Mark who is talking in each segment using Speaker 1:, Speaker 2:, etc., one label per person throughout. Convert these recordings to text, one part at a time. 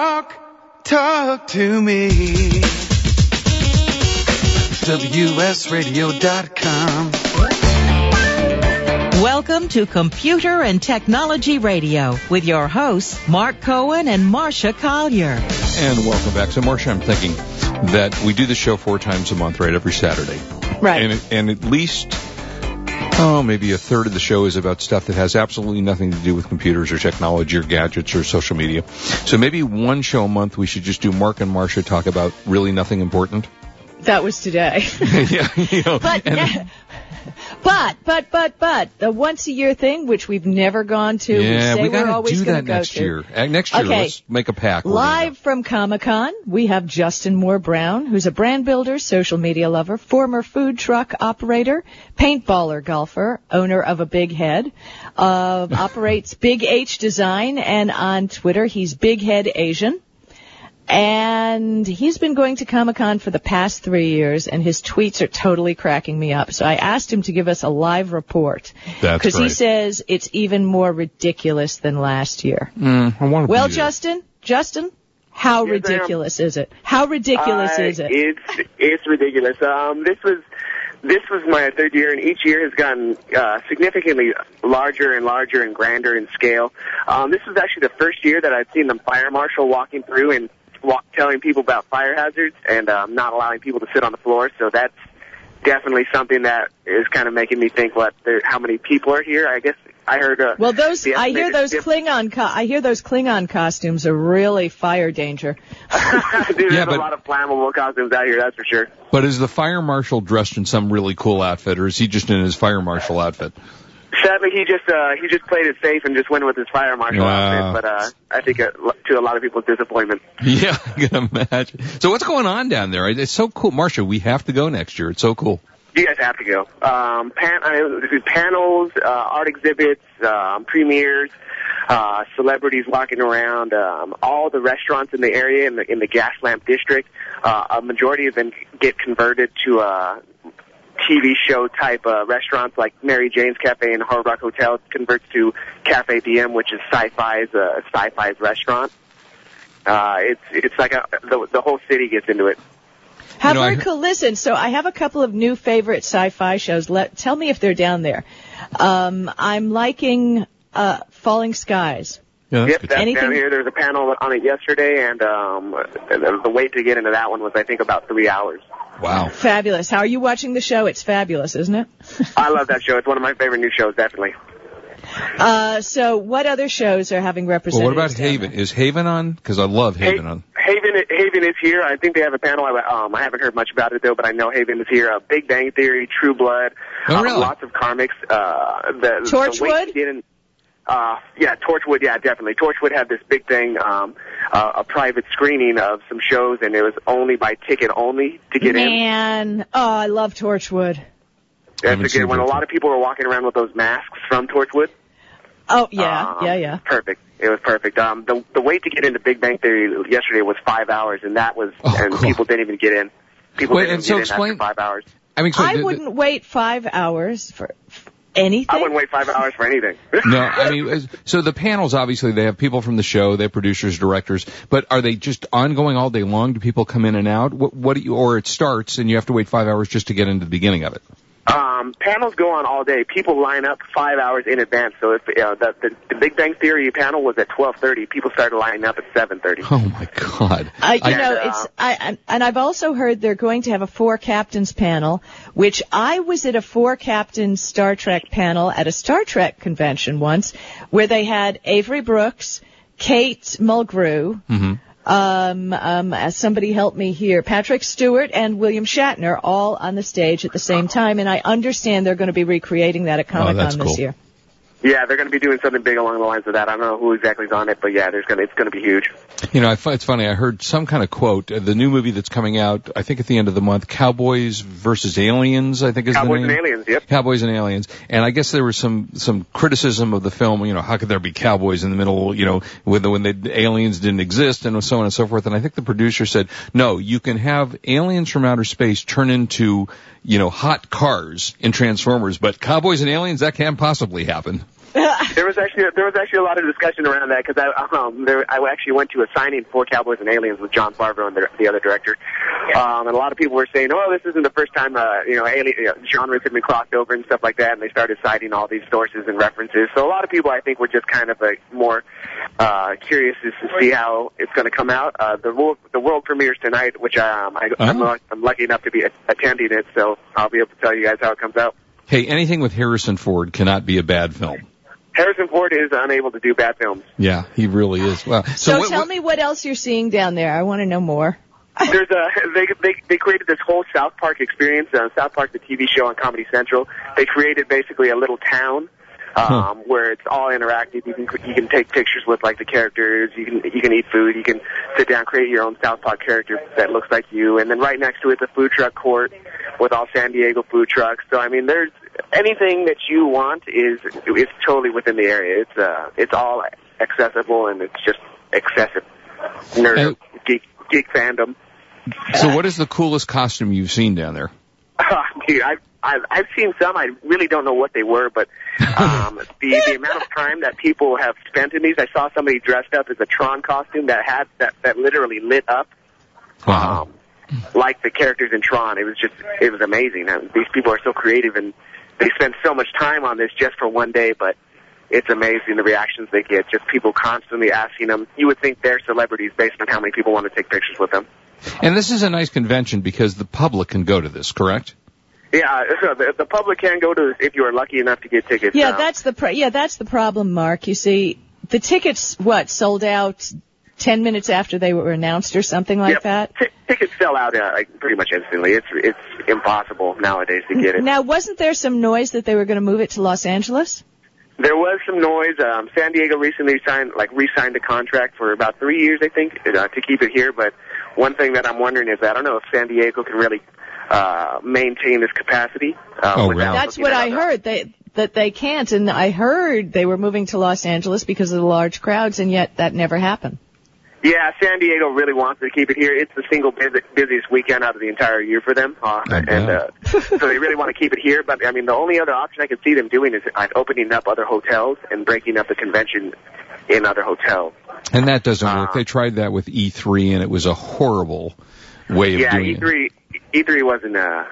Speaker 1: Talk, talk to me. WSRadio.com.
Speaker 2: Welcome to Computer and Technology Radio with your hosts, Mark Cohen and Marcia Collier.
Speaker 3: And welcome back. So, Marcia, I'm thinking that we do the show four times a month, right? Every Saturday.
Speaker 4: Right.
Speaker 3: And, and at least, oh, maybe a third of the show is about stuff that has absolutely nothing to do with computers or technology or gadgets or social media. So maybe one show a month we should just do Mark and Marcia talk about really nothing important.
Speaker 4: That was today.
Speaker 3: yeah. You know,
Speaker 4: but,
Speaker 3: and-
Speaker 4: ne- but, but, but, but, the once a year thing, which we've never gone to,
Speaker 3: yeah,
Speaker 4: we say
Speaker 3: we
Speaker 4: are
Speaker 3: gotta
Speaker 4: always
Speaker 3: do
Speaker 4: gonna
Speaker 3: that
Speaker 4: go
Speaker 3: next
Speaker 4: to.
Speaker 3: year. Uh, Next year,
Speaker 4: Okay.
Speaker 3: let's make a pack. We're gonna-
Speaker 4: Live from Comic Con, we have Justin Moore Brown, who's a brand builder, social media lover, former food truck operator, paintballer golfer, owner of a big head, uh, operates Big H Design, and on Twitter, he's Big Head Asian. And he's been going to Comic Con for the past three years, and his tweets are totally cracking me up. So I asked him to give us a live report.
Speaker 3: That's
Speaker 4: Because he
Speaker 3: right.
Speaker 4: says it's even more ridiculous than last year.
Speaker 3: I wanna
Speaker 4: Well,
Speaker 3: be there.
Speaker 4: Justin, Justin, how
Speaker 5: Yes, ma'am.
Speaker 4: ridiculous is it? How ridiculous
Speaker 5: Uh,
Speaker 4: is it?
Speaker 5: It's it's ridiculous. Um, this was this was my third year, and each year has gotten uh, significantly larger and larger and grander in scale. Um, this was actually the first year that I'd seen the fire marshal walking through and walk, telling people about fire hazards and um, not allowing people to sit on the floor. So that's definitely something that is kind of making me think what there, how many people are here. I guess I heard. Uh,
Speaker 4: well, those
Speaker 5: the
Speaker 4: I hear
Speaker 5: estimated
Speaker 4: those
Speaker 5: fif-
Speaker 4: Klingon co- I hear those Klingon costumes are really fire danger.
Speaker 5: Dude,
Speaker 3: Yeah,
Speaker 5: there's
Speaker 3: but-
Speaker 5: a lot of flammable costumes out here. That's for sure.
Speaker 3: But is the fire marshal dressed in some really cool outfit, or is he just in his fire marshal outfit?
Speaker 5: Sadly, he just uh, he just played it safe and just went with his fire marshal
Speaker 3: Wow.
Speaker 5: outfit. But uh, I think uh, to a lot of people's disappointment.
Speaker 3: Yeah, I can imagine. So what's going on down there? It's so cool, Marcia. We have to go next year. It's so cool.
Speaker 5: You guys have to go. Um, pan- I mean, panels, uh, art exhibits, um, premieres, uh, celebrities walking around, um, all the restaurants in the area in the in the gas lamp district. Uh, a majority of them get converted to uh, TV show type uh, restaurants like Mary Jane's Cafe and Hard Rock Hotel converts to Cafe DM, which is sci-fi's uh, sci-fi's restaurant. Uh, it's it's like a, the the whole city gets into it.
Speaker 4: How
Speaker 3: You know, I
Speaker 4: very
Speaker 3: hear-
Speaker 4: cool. Listen, so I have a couple of new favorite sci-fi shows. Let tell me if they're down there. Um, I'm liking uh, Falling Skies.
Speaker 3: Yeah, that's
Speaker 5: Yep,
Speaker 3: good.
Speaker 5: that's
Speaker 4: Anything-
Speaker 5: down here. There was a panel on it yesterday, and um, the, the wait to get into that one was, I think, about three hours.
Speaker 3: wow.
Speaker 4: Fabulous. How are you watching the show? It's fabulous, isn't it?
Speaker 5: I love that show. It's one of my favorite new shows, definitely.
Speaker 4: Uh, so what other shows are having
Speaker 3: Well, what
Speaker 4: representatives?
Speaker 3: about
Speaker 4: down
Speaker 3: Haven? Is Haven on? Because I love Haven on.
Speaker 5: Haven, Haven is here. I think they have a panel. I, um, I haven't heard much about it though, but I know Haven is here. Uh, Big Bang Theory, True Blood,
Speaker 3: Oh,
Speaker 5: um,
Speaker 3: really?
Speaker 5: lots of comics. Uh, the, The
Speaker 4: Torchwood?
Speaker 5: wait to get in, uh, yeah, Torchwood. Yeah, definitely. Torchwood had this big thing, um, uh, a private screening of some shows, and it was only by ticket only to get in.
Speaker 4: Man, oh, I love Torchwood.
Speaker 5: That's
Speaker 3: Haven't
Speaker 5: a
Speaker 3: seen
Speaker 5: good one. A
Speaker 3: Torchwood.
Speaker 5: lot of people were walking around with those masks from Torchwood.
Speaker 4: Oh yeah,
Speaker 5: Um,
Speaker 4: yeah, yeah.
Speaker 5: Perfect. It was perfect. Um, the the wait to get into Big Bang Theory yesterday was five hours, and that was
Speaker 3: Oh,
Speaker 5: and
Speaker 3: God.
Speaker 5: people didn't even get in. People
Speaker 3: Wait,
Speaker 5: didn't
Speaker 3: and
Speaker 5: even
Speaker 3: so
Speaker 5: get
Speaker 3: explain-
Speaker 5: in after five hours.
Speaker 3: I mean, so
Speaker 4: I
Speaker 3: the- the-
Speaker 4: wouldn't wait five hours for f- anything.
Speaker 5: I wouldn't wait five hours for anything.
Speaker 3: No, I mean, is- so the panels obviously they have people from the show, they have producers, directors, but are they just ongoing all day long? Do people come in and out? What, what do you, or it starts and you have to wait five hours just to get into the beginning of it?
Speaker 5: um, panels go on all day. People line up five hours in advance. So if uh, the, the the Big Bang Theory panel was at twelve thirty, people started lining up at seven thirty.
Speaker 3: Oh my God!
Speaker 4: I, you
Speaker 3: I-
Speaker 4: know,
Speaker 5: uh,
Speaker 4: it's I and- and I've also heard they're going to have a four captains panel, which I was at a four captains Star Trek panel at a Star Trek convention once, where they had Avery Brooks, Kate Mulgrew,
Speaker 3: Mm-hmm.
Speaker 4: um, um, uh, somebody help me here, Patrick Stewart and William Shatner all on the stage at the same time, and I understand they're going to be recreating that at Comic Con
Speaker 3: Oh, that's
Speaker 4: this
Speaker 3: cool.
Speaker 4: year.
Speaker 5: Yeah, they're going to be doing something big along the lines of that. I don't know who exactly is on it, but yeah, there's going to it's going to be huge.
Speaker 3: You know, I fi- it's funny. I heard some kind of quote. uh, The new movie that's coming out, I think at the end of the month, Cowboys versus Aliens. I think is
Speaker 5: Cowboys
Speaker 3: the
Speaker 5: and
Speaker 3: name.
Speaker 5: aliens. Yep.
Speaker 3: Cowboys and Aliens. And I guess there was some some criticism of the film. You know, how could there be cowboys in the middle? You know, with the, when the aliens didn't exist, and so on and so forth. And I think the producer said, no, you can have aliens from outer space turn into you know hot cars in Transformers, but cowboys and aliens that can't possibly happen.
Speaker 5: there was actually there was actually a lot of discussion around that because I um, there, I actually went to a signing for Cowboys and Aliens with John Favreau and the, the other director, um, and a lot of people were saying, "Oh, this isn't the first time uh, you know alien you know, genres have been crossed over and stuff like that," and they started citing all these sources and references. So a lot of people I think were just kind of like more uh, curious as to see how it's going to come out. Uh, the world the world premieres tonight, which um, I, I'm,
Speaker 3: Oh.
Speaker 5: luck- I'm lucky enough to be a- attending it, so I'll be able to tell you guys how it comes out.
Speaker 3: Hey, anything with Harrison Ford cannot be a bad film.
Speaker 5: Harrison Ford is unable to do bad films.
Speaker 3: Yeah, he really is. Well, so,
Speaker 4: So,
Speaker 3: what-
Speaker 4: tell
Speaker 3: what-
Speaker 4: me what else you're seeing down there. I want to know more.
Speaker 5: There's a they they they created this whole South Park experience. Uh, South Park, the TV show on Comedy Central, they created basically a little town um,
Speaker 3: Huh.
Speaker 5: where it's all interactive. You can you can take pictures with like the characters. You can you can eat food. You can sit down, create your own South Park character that looks like you. And then right next to it, the food truck court with all San Diego food trucks. So I mean, there's anything that you want is is totally within the area. It's uh it's all accessible and it's just excessive nerd geek geek fandom.
Speaker 3: so what is the coolest costume you've seen down there?
Speaker 5: Oh, dude, I've, I've I've seen some. I really don't know what they were, but um, the the amount of time that people have spent in these. I saw somebody dressed up as a Tron costume that had that that literally lit up
Speaker 3: Wow.
Speaker 5: um, like the characters in Tron. It was just it was amazing. Uh, These people are so creative and they spend so much time on this just for one day, but. It's amazing the reactions they get. Just people constantly asking them. You would think they're celebrities based on how many people want to take pictures with them.
Speaker 3: And this is a nice convention because the public can go to this, correct?
Speaker 5: Yeah, the, the public can go to if you are lucky enough to get tickets.
Speaker 4: Yeah,
Speaker 5: Um,
Speaker 4: that's the pr- yeah that's the problem, Mark. You see, the tickets what sold out ten minutes after they were announced or something like
Speaker 5: Yep.
Speaker 4: that.
Speaker 5: T- tickets sell out uh, like pretty much instantly. It's it's impossible nowadays to get it.
Speaker 4: Now, wasn't there some noise that they were going to move it to Los Angeles?
Speaker 5: There was some noise. Um, San Diego recently signed like re-signed a contract for about three years, I think, uh, to keep it here. But one thing that I'm wondering is I don't know if San Diego can really uh, maintain this capacity. Uh,
Speaker 3: Oh,
Speaker 5: without
Speaker 3: really?
Speaker 4: That's
Speaker 5: looking
Speaker 4: what
Speaker 5: at
Speaker 4: I
Speaker 5: other-
Speaker 4: heard. They that they can't, and I heard they were moving to Los Angeles because of the large crowds, and yet that never happened.
Speaker 5: Yeah, San Diego really wants to keep it here. It's the single busy, busiest weekend out of the entire year for them, uh,
Speaker 3: I
Speaker 5: and uh,
Speaker 3: bet.
Speaker 5: so they really want to keep it here. But I mean, the only other option I can see them doing is uh, opening up other hotels and breaking up the convention in other hotels.
Speaker 3: And that doesn't work.
Speaker 5: Uh.
Speaker 3: They tried that with E3 and it was a horrible way of
Speaker 5: yeah, E
Speaker 3: doing it.
Speaker 5: E3 E3 wasn't uh,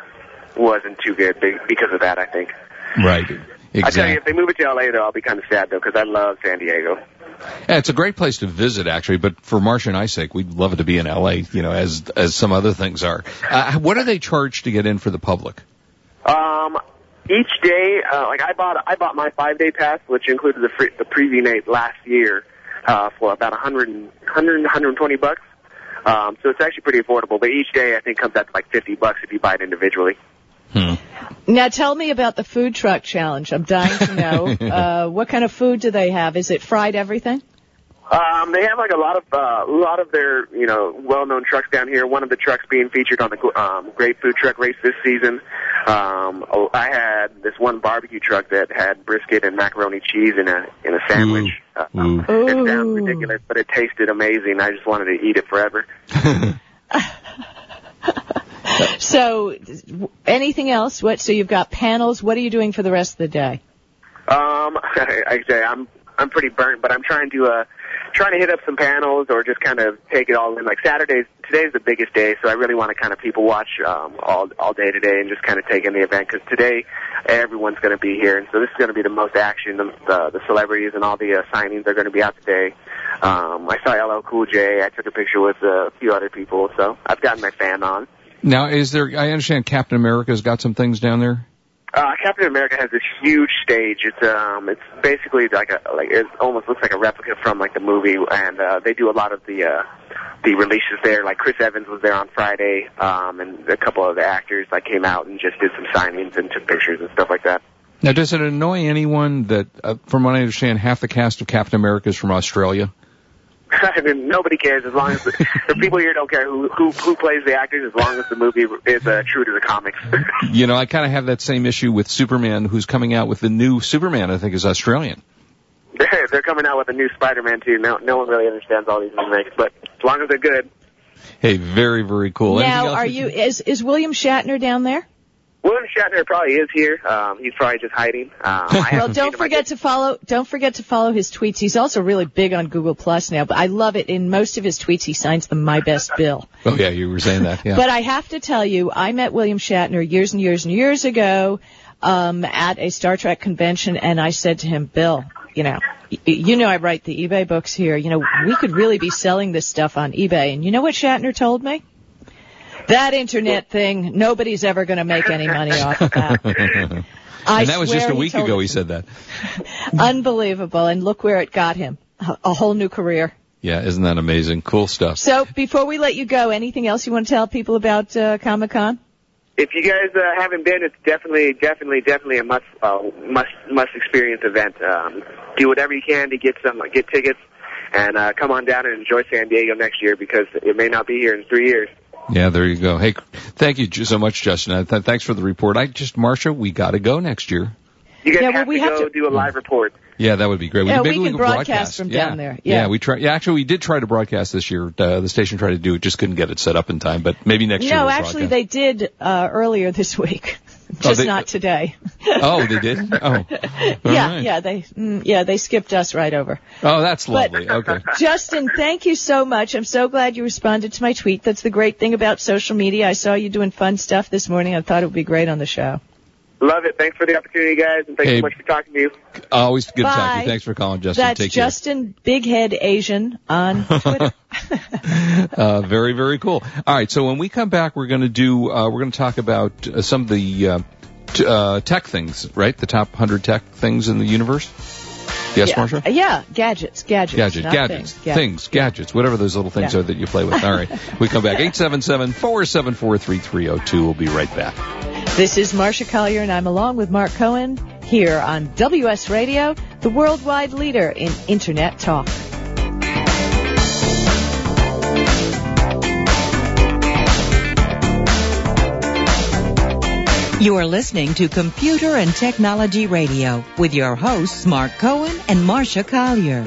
Speaker 5: wasn't too good be- because of that. I think.
Speaker 3: Right.
Speaker 5: I tell you, if
Speaker 3: Exactly.
Speaker 5: they move it to LA, though, I'll be kind of sad though because I love San Diego.
Speaker 3: Yeah, it's a great place to visit, actually. But for Marcia and I's sake, we'd love it to be in LA. You know, as as some other things are. Uh, what do they charge to get in for the public?
Speaker 5: Um, each day, uh, like I bought, I bought my five day pass, which included the free, the preview night last year, uh, for about 100, 100, 120 bucks. Um, so it's actually pretty affordable, but each day I think comes out to like 50 bucks if you buy it individually.
Speaker 3: Hmm.
Speaker 4: Now, tell me about the food truck challenge. I'm dying to know. uh, what kind of food do they have? Is it fried everything?
Speaker 5: Um, they have like a lot of, uh, a lot of their, you know, well-known trucks down here. One of the trucks being featured on the, um, great food truck race this season. Um, oh, I had this one barbecue truck that had brisket and macaroni cheese in a, in a sandwich.
Speaker 3: Ooh.
Speaker 5: Uh,
Speaker 3: Ooh.
Speaker 5: It
Speaker 4: Ooh.
Speaker 5: sounds ridiculous, but it tasted amazing. I just wanted to eat it forever.
Speaker 4: So, w- anything else? What? So you've got panels. What are you doing for the rest of the day?
Speaker 5: Um, I, I say I'm I'm pretty burnt, but I'm trying to uh trying to hit up some panels or just kind of take it all in. Like Saturday's today's the biggest day, so I really want to kind of people watch um, all all day today and just kind of take in the event because today everyone's going to be here, and so this is going to be the most action. The the, the celebrities and all the uh, signings are going to be out today. Um, I saw LL Cool J. I took a picture with uh, a few other people, so I've gotten my fan on.
Speaker 3: Now, is there? I understand Captain America's got some things down there.
Speaker 5: Uh, Captain America has this huge stage. It's um, it's basically like a like it almost looks like a replica from like the movie, and uh, they do a lot of the uh, the releases there. Like Chris Evans was there on Friday, um, and a couple of the actors like came out and just did some signings and took pictures and stuff like that.
Speaker 3: Now, does it annoy anyone that, uh, from what I understand, half the cast of Captain America is from Australia?
Speaker 5: I mean, nobody cares as long as the, the people here don't care who, who who plays the actors as long as the movie is uh, true to the comics.
Speaker 3: You know, I kind of have that same issue with Superman, who's coming out with the new Superman. I think is Australian.
Speaker 5: they're, they're coming out with a new Spider-Man too. No no one really understands all these remakes, but as long as they're good.
Speaker 3: Hey, very very cool. Anything
Speaker 4: now,
Speaker 3: else
Speaker 4: are
Speaker 3: that
Speaker 4: you? Is is William Shatner down there?
Speaker 5: William Shatner probably is here. Um, he's probably just hiding. Um, I
Speaker 4: Well,
Speaker 5: haven't seen him.
Speaker 4: don't
Speaker 5: I
Speaker 4: forget
Speaker 5: just-
Speaker 4: to follow. Don't forget to follow his tweets. He's also really big on Google Plus now. But I love it. In most of his tweets, he signs them "My Best Bill."
Speaker 3: Oh yeah, you were saying that. Yeah.
Speaker 4: But I have to tell you, I met William Shatner years and years and years ago um, at a Star Trek convention, and I said to him, Bill, you know, y- you know, I write the eBay books here. You know, we could really be selling this stuff on eBay. And you know what Shatner told me? That internet thing, nobody's ever going to make any money off of that. I
Speaker 3: and that was
Speaker 4: swear
Speaker 3: just a
Speaker 4: he
Speaker 3: week
Speaker 4: told
Speaker 3: ago
Speaker 4: it
Speaker 3: he
Speaker 4: to
Speaker 3: said that.
Speaker 4: me. Unbelievable. And look where it got him. A- A whole new career.
Speaker 3: Yeah, isn't that amazing? Cool stuff.
Speaker 4: So before we let you go, anything else you want to tell people about uh, Comic Con?
Speaker 5: if you guys uh, haven't been, it's definitely, definitely, definitely a must, uh, must, must experience event. Um, do whatever you can to get some, get tickets, and uh, come on down and enjoy San Diego next year because it may not be here in three years.
Speaker 3: Yeah, there you go. Hey, thank you ju- so much, Justin. Uh, Th- thanks for the report. I just, Marcia, we got to go next year.
Speaker 5: You guys
Speaker 4: Yeah, well,
Speaker 5: have
Speaker 4: we
Speaker 5: to
Speaker 4: have
Speaker 5: go
Speaker 4: to-
Speaker 5: do a live report.
Speaker 3: Yeah, that would be great.
Speaker 4: Yeah,
Speaker 3: maybe
Speaker 4: we can
Speaker 3: could
Speaker 4: broadcast from
Speaker 3: yeah.
Speaker 4: down there.
Speaker 3: Yeah.
Speaker 4: Yeah.
Speaker 3: we try. Yeah, actually, we did try to broadcast this year. Uh, the station tried to do it, just couldn't get it set up in time. But maybe next year.
Speaker 4: No,
Speaker 3: we'll
Speaker 4: actually,
Speaker 3: broadcast.
Speaker 4: they did uh, earlier this week, just
Speaker 3: they-
Speaker 4: not today.
Speaker 3: Oh, they did. Oh, All
Speaker 4: yeah,
Speaker 3: right.
Speaker 4: yeah, they, mm, yeah, they skipped us right over.
Speaker 3: Oh, that's lovely. okay.
Speaker 4: Justin, thank you so much. I'm so glad you responded to my tweet. That's the great thing about social media. I saw you doing fun stuff this morning. I thought it would be great on the show.
Speaker 5: Love it. Thanks for the opportunity, guys, and thanks
Speaker 3: Hey.
Speaker 5: so much for talking to you.
Speaker 3: Always good to talk to
Speaker 4: Bye.
Speaker 3: you. Thanks for calling, Justin.
Speaker 4: That's
Speaker 3: Take care.
Speaker 4: Justin Big Head Asian on Twitter.
Speaker 3: Uh, very, very cool. All right. So when we come back, we're going to do, uh, we're going to talk about uh, some of the, uh, t- uh, tech things, right? The top 100 tech things in the universe. Yes, Marcia?
Speaker 4: yeah, Uh, yeah, gadgets, gadgets,
Speaker 3: Gadget,
Speaker 4: not
Speaker 3: gadgets,
Speaker 4: things.
Speaker 3: things,
Speaker 4: Yeah.
Speaker 3: gadgets, whatever those little things
Speaker 4: Yeah.
Speaker 3: are that you play with. All right. We come back. 877-474-3302. We'll be right back.
Speaker 4: This is Marcia Collier, and I'm along with Mark Cohen here on WS Radio, the worldwide leader in Internet talk.
Speaker 2: You are listening to Computer and Technology Radio with your hosts, Mark Cohen and Marcia Collier.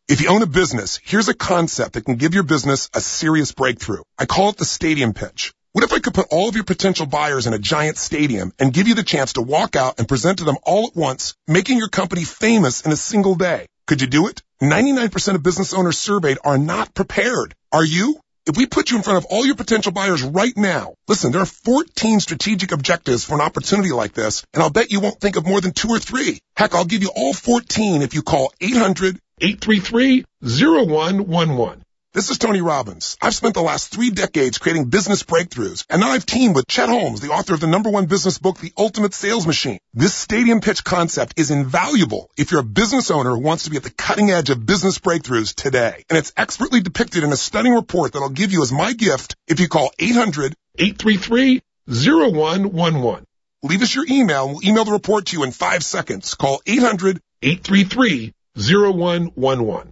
Speaker 6: If you own a business, here's a concept that can give your business a serious breakthrough. I call it the stadium pitch. What if I could put all of your potential buyers in a giant stadium and give you the chance to walk out and present to them all at once, making your company famous in a single day? Could you do it? 99% of business owners surveyed are not prepared. Are you? If we put you in front of all your potential buyers right now, listen, there are 14 strategic objectives for an opportunity like this, and I'll bet you won't think of more than two or three. Heck, I'll give you all 14 if you call 800 833 0111. This is Tony Robbins. I've spent the last three decades creating business breakthroughs, and now I've teamed with Chet Holmes, the author of the number one business book, The Ultimate Sales Machine. This stadium pitch concept is invaluable if you're a business owner who wants to be at the cutting edge of business breakthroughs today. And it's expertly depicted in a stunning report that I'll give you as my gift if you call 800 833 0111. Leave us your email and we'll email the report to you in five seconds. Call 800 833 0111.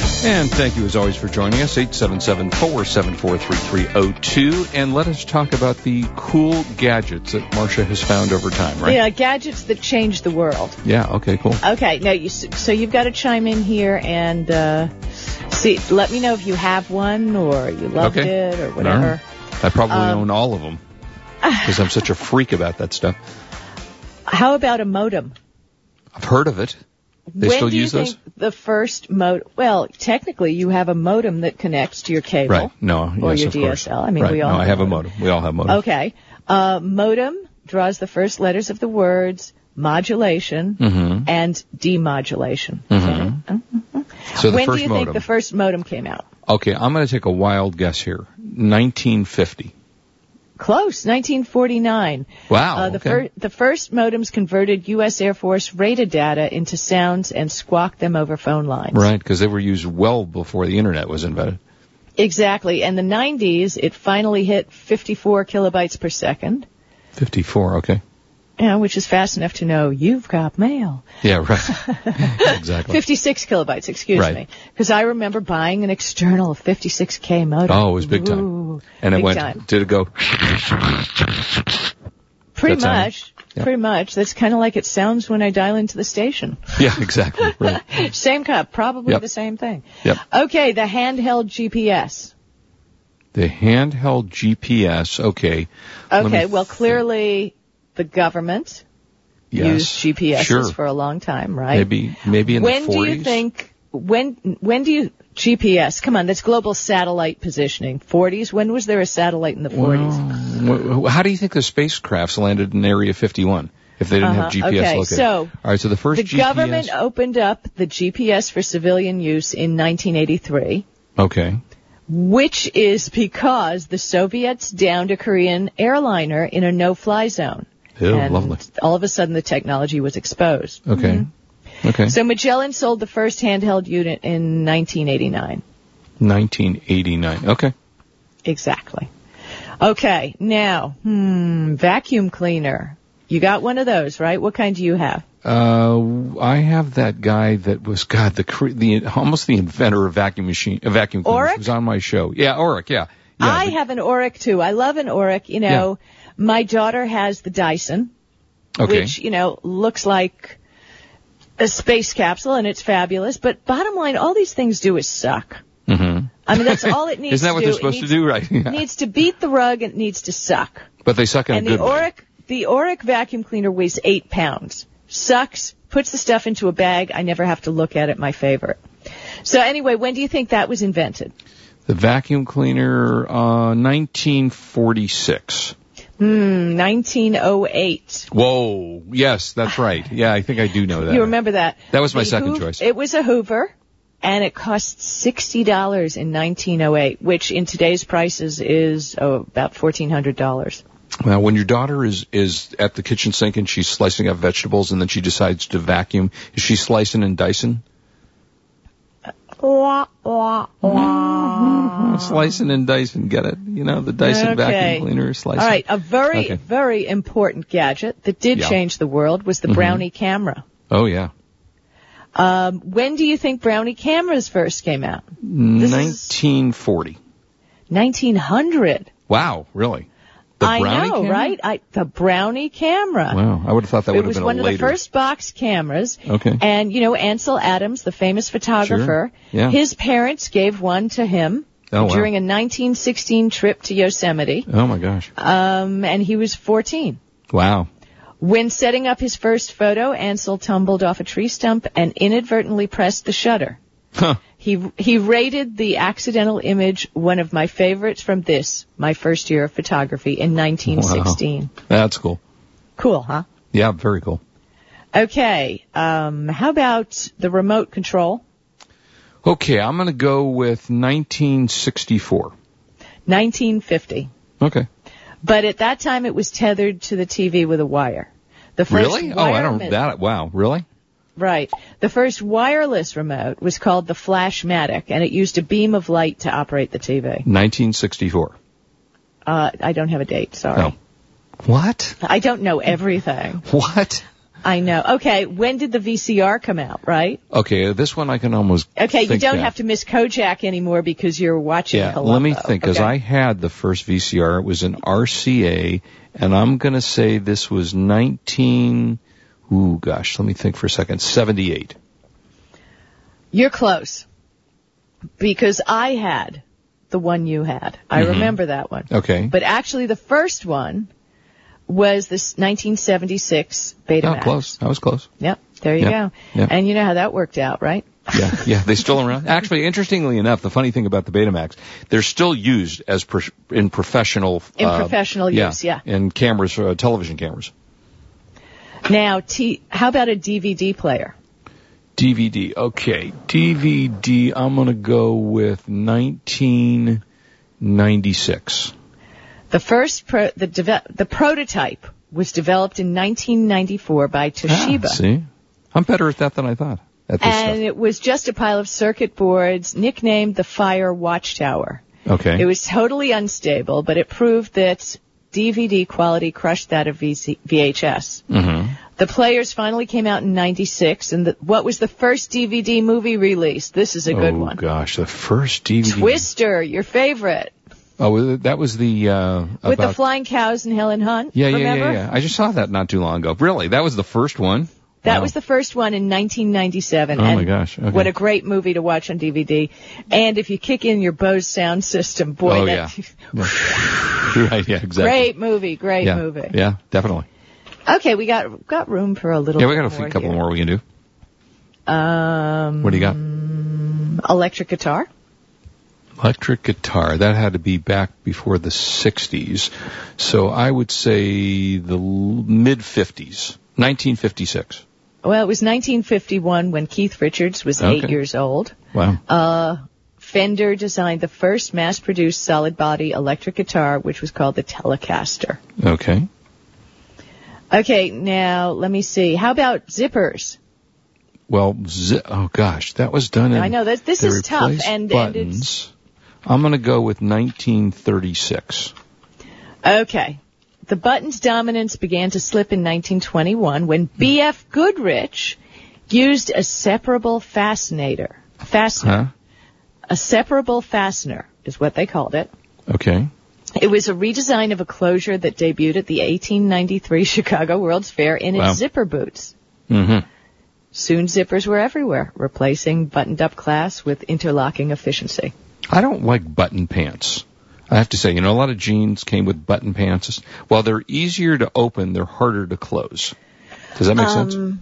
Speaker 3: And thank you as always for joining us, 877-474-3302. And let us talk about the cool gadgets that Marcia has found over time, right?
Speaker 4: Yeah, gadgets that change the world.
Speaker 3: Yeah, okay, cool.
Speaker 4: Okay, now you s- so you've got to chime in here and uh, see. Let me know if you have one or you loved
Speaker 3: Okay.
Speaker 4: it or whatever.
Speaker 3: I probably
Speaker 4: Um,
Speaker 3: own all of them because I'm such a freak about that stuff.
Speaker 4: How about a modem?
Speaker 3: I've heard of it. They
Speaker 4: when
Speaker 3: still
Speaker 4: do you
Speaker 3: use those?
Speaker 4: think the first mode? Well, technically, you have a modem that connects to your cable.
Speaker 3: Right. No.
Speaker 4: Or
Speaker 3: yes,
Speaker 4: your
Speaker 3: of course.
Speaker 4: DSL. I mean,
Speaker 3: right.
Speaker 4: we all
Speaker 3: No, I have a
Speaker 4: modem.
Speaker 3: modem. We all have modem.
Speaker 4: Okay. Uh, modem draws the first letters of the words modulation
Speaker 3: Mm-hmm.
Speaker 4: and demodulation.
Speaker 3: So the
Speaker 4: when
Speaker 3: first
Speaker 4: do you
Speaker 3: modem.
Speaker 4: think the first modem came out?
Speaker 3: okay, I'm going to take a wild guess here. 1950.
Speaker 4: Close, 1949.
Speaker 3: Wow.
Speaker 4: Uh,
Speaker 3: Oh,
Speaker 4: the,
Speaker 3: okay.
Speaker 4: fir- the first modems converted U.S. Air Force radar data into sounds and squawked them over phone lines.
Speaker 3: Right, because they were used well before the internet was invented.
Speaker 4: Exactly. And the 90s, it finally hit 54 kilobytes per second,
Speaker 3: 54. Okay.
Speaker 4: you know, which is fast enough to know you've got mail.
Speaker 3: Yeah. Right. exactly.
Speaker 4: 56 kilobytes, excuse
Speaker 3: Right.
Speaker 4: me. Because I remember buying an external 56K modem.
Speaker 3: Oh, it was big time.
Speaker 4: Ooh,
Speaker 3: and it
Speaker 4: big
Speaker 3: went.
Speaker 4: time.
Speaker 3: Did it go?
Speaker 4: Pretty
Speaker 3: that time.
Speaker 4: much.
Speaker 3: Yeah.
Speaker 4: Pretty much. That's kind of like it sounds when I dial into the station.
Speaker 3: Yeah. Exactly. Right.
Speaker 4: same cup, probably
Speaker 3: Yep.
Speaker 4: the same thing.
Speaker 3: Yep.
Speaker 4: Okay, the handheld GPS.
Speaker 3: The handheld GPS. Okay. Let
Speaker 4: Okay,
Speaker 3: me
Speaker 4: well,
Speaker 3: think.
Speaker 4: clearly the government
Speaker 3: Yes.
Speaker 4: used GPSs
Speaker 3: Sure.
Speaker 4: for a long time, right?
Speaker 3: maybe maybe in
Speaker 4: when
Speaker 3: the 40s.
Speaker 4: do you think when when do you GPS? Come on, that's global satellite positioning. 40s. When was there a satellite in the 40s?
Speaker 3: Wh- wh- How do you think the spacecrafts landed in Area 51 if they didn't
Speaker 4: Uh-huh.
Speaker 3: have GPS
Speaker 4: Okay,
Speaker 3: located?
Speaker 4: so
Speaker 3: All right, so the first
Speaker 4: the
Speaker 3: GPS.
Speaker 4: government opened up the GPS for civilian use in 1983,
Speaker 3: Okay.
Speaker 4: which is because the Soviets downed a Korean airliner in a no-fly zone.
Speaker 3: Ew,
Speaker 4: and
Speaker 3: lovely.
Speaker 4: all of a sudden the technology was exposed.
Speaker 3: Okay. Okay.
Speaker 4: Mm-hmm. So Magellan sold the first handheld unit in 1989.
Speaker 3: 1989. Okay.
Speaker 4: Exactly. Okay, now, hmm, vacuum cleaner. You got one of those, right? What kind do you have?
Speaker 3: Uh, I have that guy that was God, the cre- the almost the inventor of vacuum machine, uh, vacuum cleaners.
Speaker 4: Oric?
Speaker 3: He was on my show. Yeah, Oric. Yeah. yeah
Speaker 4: I
Speaker 3: the-
Speaker 4: have an Auric too. I love an Auric. You know, my daughter has the Dyson,
Speaker 3: Okay.
Speaker 4: which, you know, looks like a space capsule and it's fabulous. But bottom line, all these things do is suck.
Speaker 3: Mhm.
Speaker 4: I mean, that's all it needs
Speaker 3: Isn't that
Speaker 4: to
Speaker 3: what
Speaker 4: do.
Speaker 3: they're
Speaker 4: It
Speaker 3: supposed
Speaker 4: needs-
Speaker 3: to do, right? Yeah.
Speaker 4: needs to beat the rug and it needs to suck.
Speaker 3: But they suck in
Speaker 4: and
Speaker 3: a
Speaker 4: the
Speaker 3: good way.
Speaker 4: Auric, the Auric vacuum cleaner weighs eight pounds. Sucks. Puts the stuff into a bag. I never have to look at it. My favorite. So anyway, when do you think that was invented?
Speaker 3: The vacuum cleaner, uh, 1946.
Speaker 4: Hmm, 1908.
Speaker 3: Whoa. Yes, that's right. Yeah, I think I do know that.
Speaker 4: You remember that?
Speaker 3: That was my
Speaker 4: The
Speaker 3: second
Speaker 4: Hoov-
Speaker 3: choice.
Speaker 4: It was a Hoover, and it cost sixty dollars in 1908, which in today's prices is oh, about fourteen hundred dollars.
Speaker 3: Now, when your daughter is is at the kitchen sink and she's slicing up vegetables, and then she decides to vacuum, is she slicing and dicing? Slicing and dicing, get it? You know the Dyson
Speaker 4: Okay.
Speaker 3: vacuum cleaner, slicing.
Speaker 4: All right, a very,
Speaker 3: Okay.
Speaker 4: very important gadget that did
Speaker 3: Yeah. Mm-hmm.
Speaker 4: change the world was the Brownie camera.
Speaker 3: Oh yeah.
Speaker 4: Um, when do you think Brownie cameras first came out?
Speaker 3: 1940.
Speaker 4: 1900.
Speaker 3: Wow, really? The
Speaker 4: I
Speaker 3: Brownie
Speaker 4: know,
Speaker 3: camera?
Speaker 4: right? I, the Brownie camera.
Speaker 3: Wow, I would have thought that would
Speaker 4: It
Speaker 3: have
Speaker 4: was
Speaker 3: been
Speaker 4: one
Speaker 3: a
Speaker 4: of
Speaker 3: later.
Speaker 4: the first box cameras.
Speaker 3: Okay.
Speaker 4: And, you know, Ansel Adams, the famous photographer,
Speaker 3: Yeah.
Speaker 4: his parents gave one to him
Speaker 3: Oh, wow.
Speaker 4: during a 1916 trip to Yosemite,
Speaker 3: Oh my gosh.
Speaker 4: um, and he was 14.
Speaker 3: Wow.
Speaker 4: When setting up his first photo, Ansel tumbled off a tree stump and inadvertently pressed the shutter.
Speaker 3: Huh.
Speaker 4: He he rated the accidental image one of my favorites from this, my first year of photography in 1916.
Speaker 3: That's cool.
Speaker 4: Cool, huh?
Speaker 3: Yeah, very cool.
Speaker 4: Okay. Um, how about the remote control?
Speaker 3: Okay, I'm going to go with 1964.
Speaker 4: 1950.
Speaker 3: Okay.
Speaker 4: But at that time, it was tethered to the TV with a wire. The first
Speaker 3: Really? Oh, I don't.
Speaker 4: wireless-
Speaker 3: That. Wow. Really?
Speaker 4: Right. The first wireless remote was called the Flashmatic, and it used a beam of light to operate the TV.
Speaker 3: 1964.
Speaker 4: Uh, I don't have a date. Sorry.
Speaker 3: Oh. What?
Speaker 4: I don't know everything.
Speaker 3: What?
Speaker 4: I know. Okay. When did the VCR come out? Right.
Speaker 3: Okay, this one I can almost.
Speaker 4: Okay. you
Speaker 3: think
Speaker 4: don't
Speaker 3: back.
Speaker 4: have to miss Kojak anymore because you're watching.
Speaker 3: Yeah,
Speaker 4: Columbo.
Speaker 3: let me think because
Speaker 4: Okay.
Speaker 3: I had the first VCR. It was an RCA, and I'm going to say this was 19. Ooh, gosh, let me think for a second. 78.
Speaker 4: You're close. Because I had the one you had. I remember that one.
Speaker 3: Mm-hmm. Okay.
Speaker 4: But actually, the first one was this 1976
Speaker 3: oh,
Speaker 4: Betamax.
Speaker 3: close. I was close.
Speaker 4: Yep. There you
Speaker 3: Yep.
Speaker 4: go.
Speaker 3: Yep.
Speaker 4: And you know how that worked out, right?
Speaker 3: Yeah, yeah. They still around. Actually, interestingly enough, the funny thing about the Betamax, they're still used as pro- in professional.
Speaker 4: In
Speaker 3: uh,
Speaker 4: professional use, yeah.
Speaker 3: In cameras, uh, television cameras.
Speaker 4: Now, t- how about a DVD player?
Speaker 3: DVD. Okay, DVD. I'm going to go with 1996.
Speaker 4: The first pro- the deve- the prototype was developed in 1994 by Toshiba.
Speaker 3: Ah, see, I'm better at that than I thought. At this
Speaker 4: and it was just a pile of circuit boards nicknamed the Fire Watchtower.
Speaker 3: stuff. Okay.
Speaker 4: It was totally unstable, but it proved that DVD quality crushed that of VC- VHS.
Speaker 3: Mhm.
Speaker 4: The players finally came out in 96, and the, what was the first DVD movie release? This is a good
Speaker 3: oh
Speaker 4: one.
Speaker 3: gosh, the first DVD.
Speaker 4: Twister, your favorite,
Speaker 3: Oh, that was the uh,
Speaker 4: with the
Speaker 3: about-
Speaker 4: flying cows and Helen Hunt.
Speaker 3: Yeah, yeah,
Speaker 4: remember?
Speaker 3: yeah, yeah. I just saw that not too long ago. Really, that was the first one.
Speaker 4: That
Speaker 3: Wow.
Speaker 4: was the first one in 1997.
Speaker 3: Oh,
Speaker 4: and
Speaker 3: my gosh, okay.
Speaker 4: What a great movie to watch on DVD. And if you kick in your Bose sound system, boy,
Speaker 3: Oh,
Speaker 4: that,
Speaker 3: yeah. right. Yeah. Exactly.
Speaker 4: great movie, great
Speaker 3: yeah.
Speaker 4: movie.
Speaker 3: Yeah. Definitely.
Speaker 4: Okay, we got got room for a little.
Speaker 3: Yeah, we got a
Speaker 4: more
Speaker 3: few, couple
Speaker 4: here.
Speaker 3: more we can do.
Speaker 4: Um,
Speaker 3: What do you got?
Speaker 4: electric guitar.
Speaker 3: Electric guitar. That had to be back before the '60s, so I would say the l- mid '50s, 1956.
Speaker 4: Well, it was 1951 when Keith Richards was eight
Speaker 3: Okay.
Speaker 4: years old.
Speaker 3: Wow.
Speaker 4: Fender designed the first mass-produced solid-body electric guitar, which was called the Telecaster.
Speaker 3: okay.
Speaker 4: Okay, now let me see. How about zippers?
Speaker 3: Well, zi- oh gosh, that was done. In,
Speaker 4: I know, this- this
Speaker 3: they
Speaker 4: is tough,
Speaker 3: replaced
Speaker 4: and- and it's-
Speaker 3: buttons. I'm going to go with 1936.
Speaker 4: Okay. The button's dominance began to slip in 1921 when
Speaker 3: Hmm.
Speaker 4: B.F. Goodrich used a separable fascinator. Fastener.
Speaker 3: Huh?
Speaker 4: A separable fastener is what they called it.
Speaker 3: Okay.
Speaker 4: It was a redesign of a closure that debuted at the 1893 Chicago World's Fair in its
Speaker 3: Wow.
Speaker 4: zipper boots.
Speaker 3: Mm-hmm.
Speaker 4: Soon zippers were everywhere, replacing buttoned up class with interlocking efficiency.
Speaker 3: I don't like button pants. I have to say, you know, a lot of jeans came with button pants. While they're easier to open, they're harder to close. Does that make
Speaker 4: Um,
Speaker 3: sense?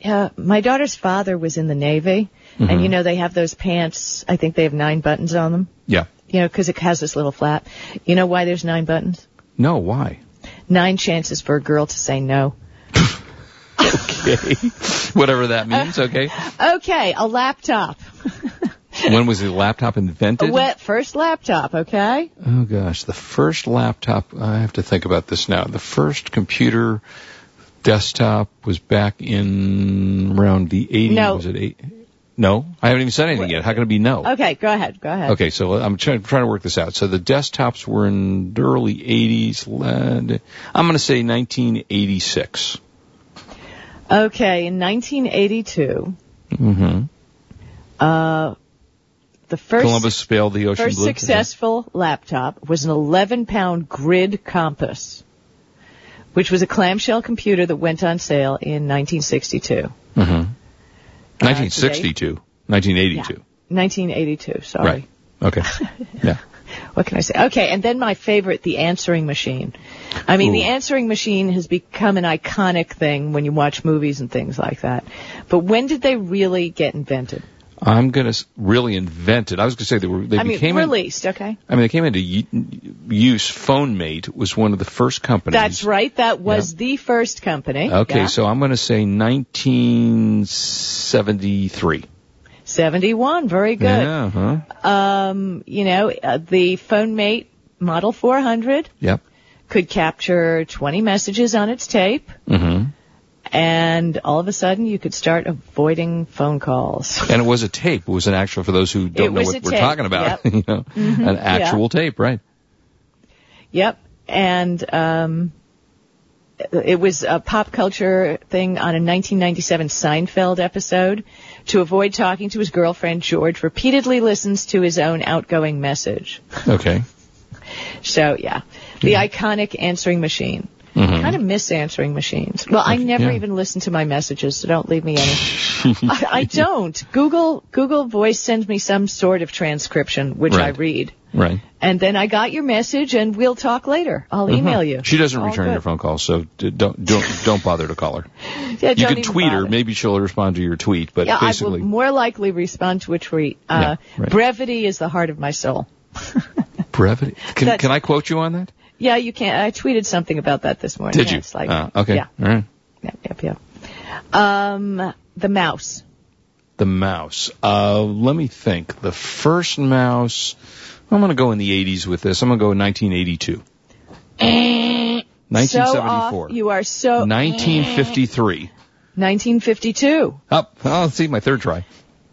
Speaker 4: Yeah, my daughter's father was in the Navy,
Speaker 3: Mm-hmm.
Speaker 4: and you know they have those pants, I think they have nine buttons on them.
Speaker 3: Yeah.
Speaker 4: You know, because it has this little flap. You know why there's nine buttons?
Speaker 3: No, why?
Speaker 4: Nine chances for a girl to say no.
Speaker 3: Okay. Whatever that means, okay.
Speaker 4: Okay, a laptop.
Speaker 3: When was the laptop invented?
Speaker 4: A wet first laptop, okay?
Speaker 3: Oh gosh, the first laptop, I have to think about this now. The first computer desktop was back in around the 80s.
Speaker 4: No.
Speaker 3: Was it eight? No? I haven't even said anything yet. How can it be no?
Speaker 4: Okay, go ahead, go ahead.
Speaker 3: Okay, so I'm try- trying to work this out. So the desktops were in the early 80s. lad- I'm going to say 1986.
Speaker 4: Okay, in 1982,
Speaker 3: Mm-hmm.
Speaker 4: the first,
Speaker 3: Columbus failed the ocean
Speaker 4: first
Speaker 3: blue.
Speaker 4: successful laptop was an 11 pound grid compass, which was a clamshell computer that went on sale in 1962.
Speaker 3: Mm-hmm. 1962. 1982.
Speaker 4: 1982, sorry.
Speaker 3: Right. Okay. yeah.
Speaker 4: what can I say? Okay, and then my favorite, the answering machine. I mean, the
Speaker 3: Ooh.
Speaker 4: answering machine has become an iconic thing when you watch movies and things like that. But when did they really get invented?
Speaker 3: I'm going to really invent it. I was going to say they were they
Speaker 4: I mean,
Speaker 3: became in-
Speaker 4: released, okay?
Speaker 3: I mean, they came into u- use. PhoneMate was one of the first companies.
Speaker 4: That's right. That was the first company.
Speaker 3: Okay,
Speaker 4: Yeah.
Speaker 3: so I'm going to say 1973.
Speaker 4: 71. Very good.
Speaker 3: Yeah, uh-huh. huh?
Speaker 4: Um, you know, uh, the PhoneMate Model 400
Speaker 3: Yep.
Speaker 4: could capture 20 messages on its tape,
Speaker 3: hmm
Speaker 4: and all of a sudden you could start avoiding phone calls.
Speaker 3: And it was a tape. It was an actual, for those who don't
Speaker 4: It
Speaker 3: know
Speaker 4: was
Speaker 3: what
Speaker 4: a
Speaker 3: we're
Speaker 4: tape, Mm-hmm.
Speaker 3: talking about, you know, an actual tape, right?
Speaker 4: yep. And um, it was a pop culture thing on a 1997 Seinfeld episode. To avoid talking to his girlfriend, George repeatedly listens to his own outgoing message.
Speaker 3: Okay.
Speaker 4: So yeah, the iconic answering machine. Kind of miss answering machines. Well, I never
Speaker 3: Mm-hmm. yeah.
Speaker 4: even listen to my messages, so don't leave me any. I, I don't. Google Google Voice sends me some sort of transcription, which I
Speaker 3: Right.
Speaker 4: read,
Speaker 3: Right.
Speaker 4: and then I got your message, and we'll talk later. I'll email you.
Speaker 3: Mm-hmm. She doesn't
Speaker 4: All
Speaker 3: return
Speaker 4: good.
Speaker 3: your phone calls, so d- don't don't don't bother to call her.
Speaker 4: Yeah,
Speaker 3: You
Speaker 4: don't
Speaker 3: can
Speaker 4: even
Speaker 3: tweet her.
Speaker 4: bother.
Speaker 3: Maybe she'll respond to your tweet, but
Speaker 4: Yeah, I will
Speaker 3: basically,
Speaker 4: more likely respond to a tweet. Uh,
Speaker 3: Yeah, right.
Speaker 4: Brevity is the heart of my soul.
Speaker 3: brevity. Can,
Speaker 4: That's-
Speaker 3: can I quote you on that?
Speaker 4: Yeah, you can't. I tweeted something about that this morning.
Speaker 3: Did
Speaker 4: Yeah,
Speaker 3: you?
Speaker 4: it's like-
Speaker 3: Ah, okay.
Speaker 4: Yeah,
Speaker 3: All right.
Speaker 4: yep, yep, yep. Um, the mouse.
Speaker 3: The mouse. Uh, let me think. The first mouse. I'm going to go in the 80s with this. I'm going to go 1982. 1974.
Speaker 4: So off. You are so
Speaker 3: 1953.
Speaker 4: 1952.
Speaker 3: Up. Oh, let's see my third try.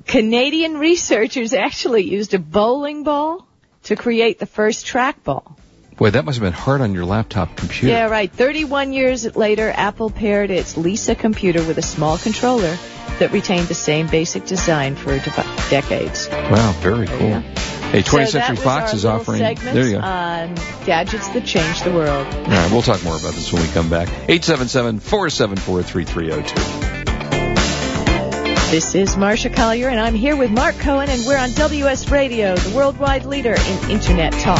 Speaker 4: Canadian researchers actually used a bowling ball to create the first trackball.
Speaker 3: Boy, that must have been hard on your laptop computer.
Speaker 4: Yeah, right. 31 years later, Apple paired its Lisa computer with a small controller that retained the same basic design for devi- decades.
Speaker 3: Wow, very cool.
Speaker 4: Yeah.
Speaker 3: Hey, 20th
Speaker 4: so that
Speaker 3: Century
Speaker 4: was
Speaker 3: Fox is
Speaker 4: our little uh,
Speaker 3: offering.
Speaker 4: segments
Speaker 3: There you go.
Speaker 4: on gadgets that change the world.
Speaker 3: All right, we'll talk more about this when we come back. 877-474-3302.
Speaker 4: This is Marcia Collier, and I'm here with Mark Cohen, and we're on WS Radio, the worldwide leader in internet talk.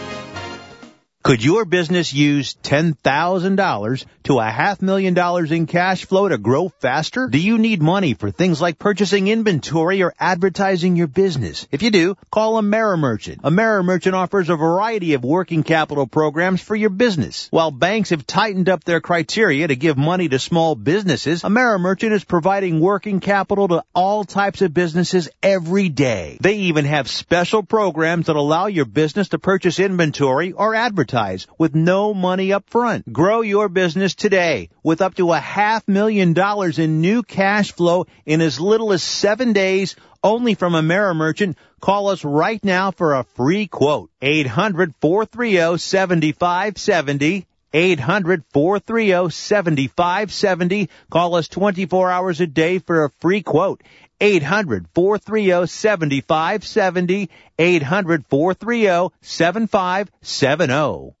Speaker 7: Could your business use $10,000 to a half million dollars in cash flow to grow faster? Do you need money for things like purchasing inventory or advertising your business? If you do, call Amerimerchant. Amerimerchant offers a variety of working capital programs for your business. While banks have tightened up their criteria to give money to small businesses, Amerimerchant is providing working capital to all types of businesses every day. They even have special programs that allow your business to purchase inventory or advertise with no money up front. Grow your business today with up to a half million dollars in new cash flow in as little as seven days only from Amerimerchant. Call us right now for a free quote. 800-430-7570. 800-430-7570. Call us 24 hours a day for a free quote. 800-430-7570. 800-430-7570.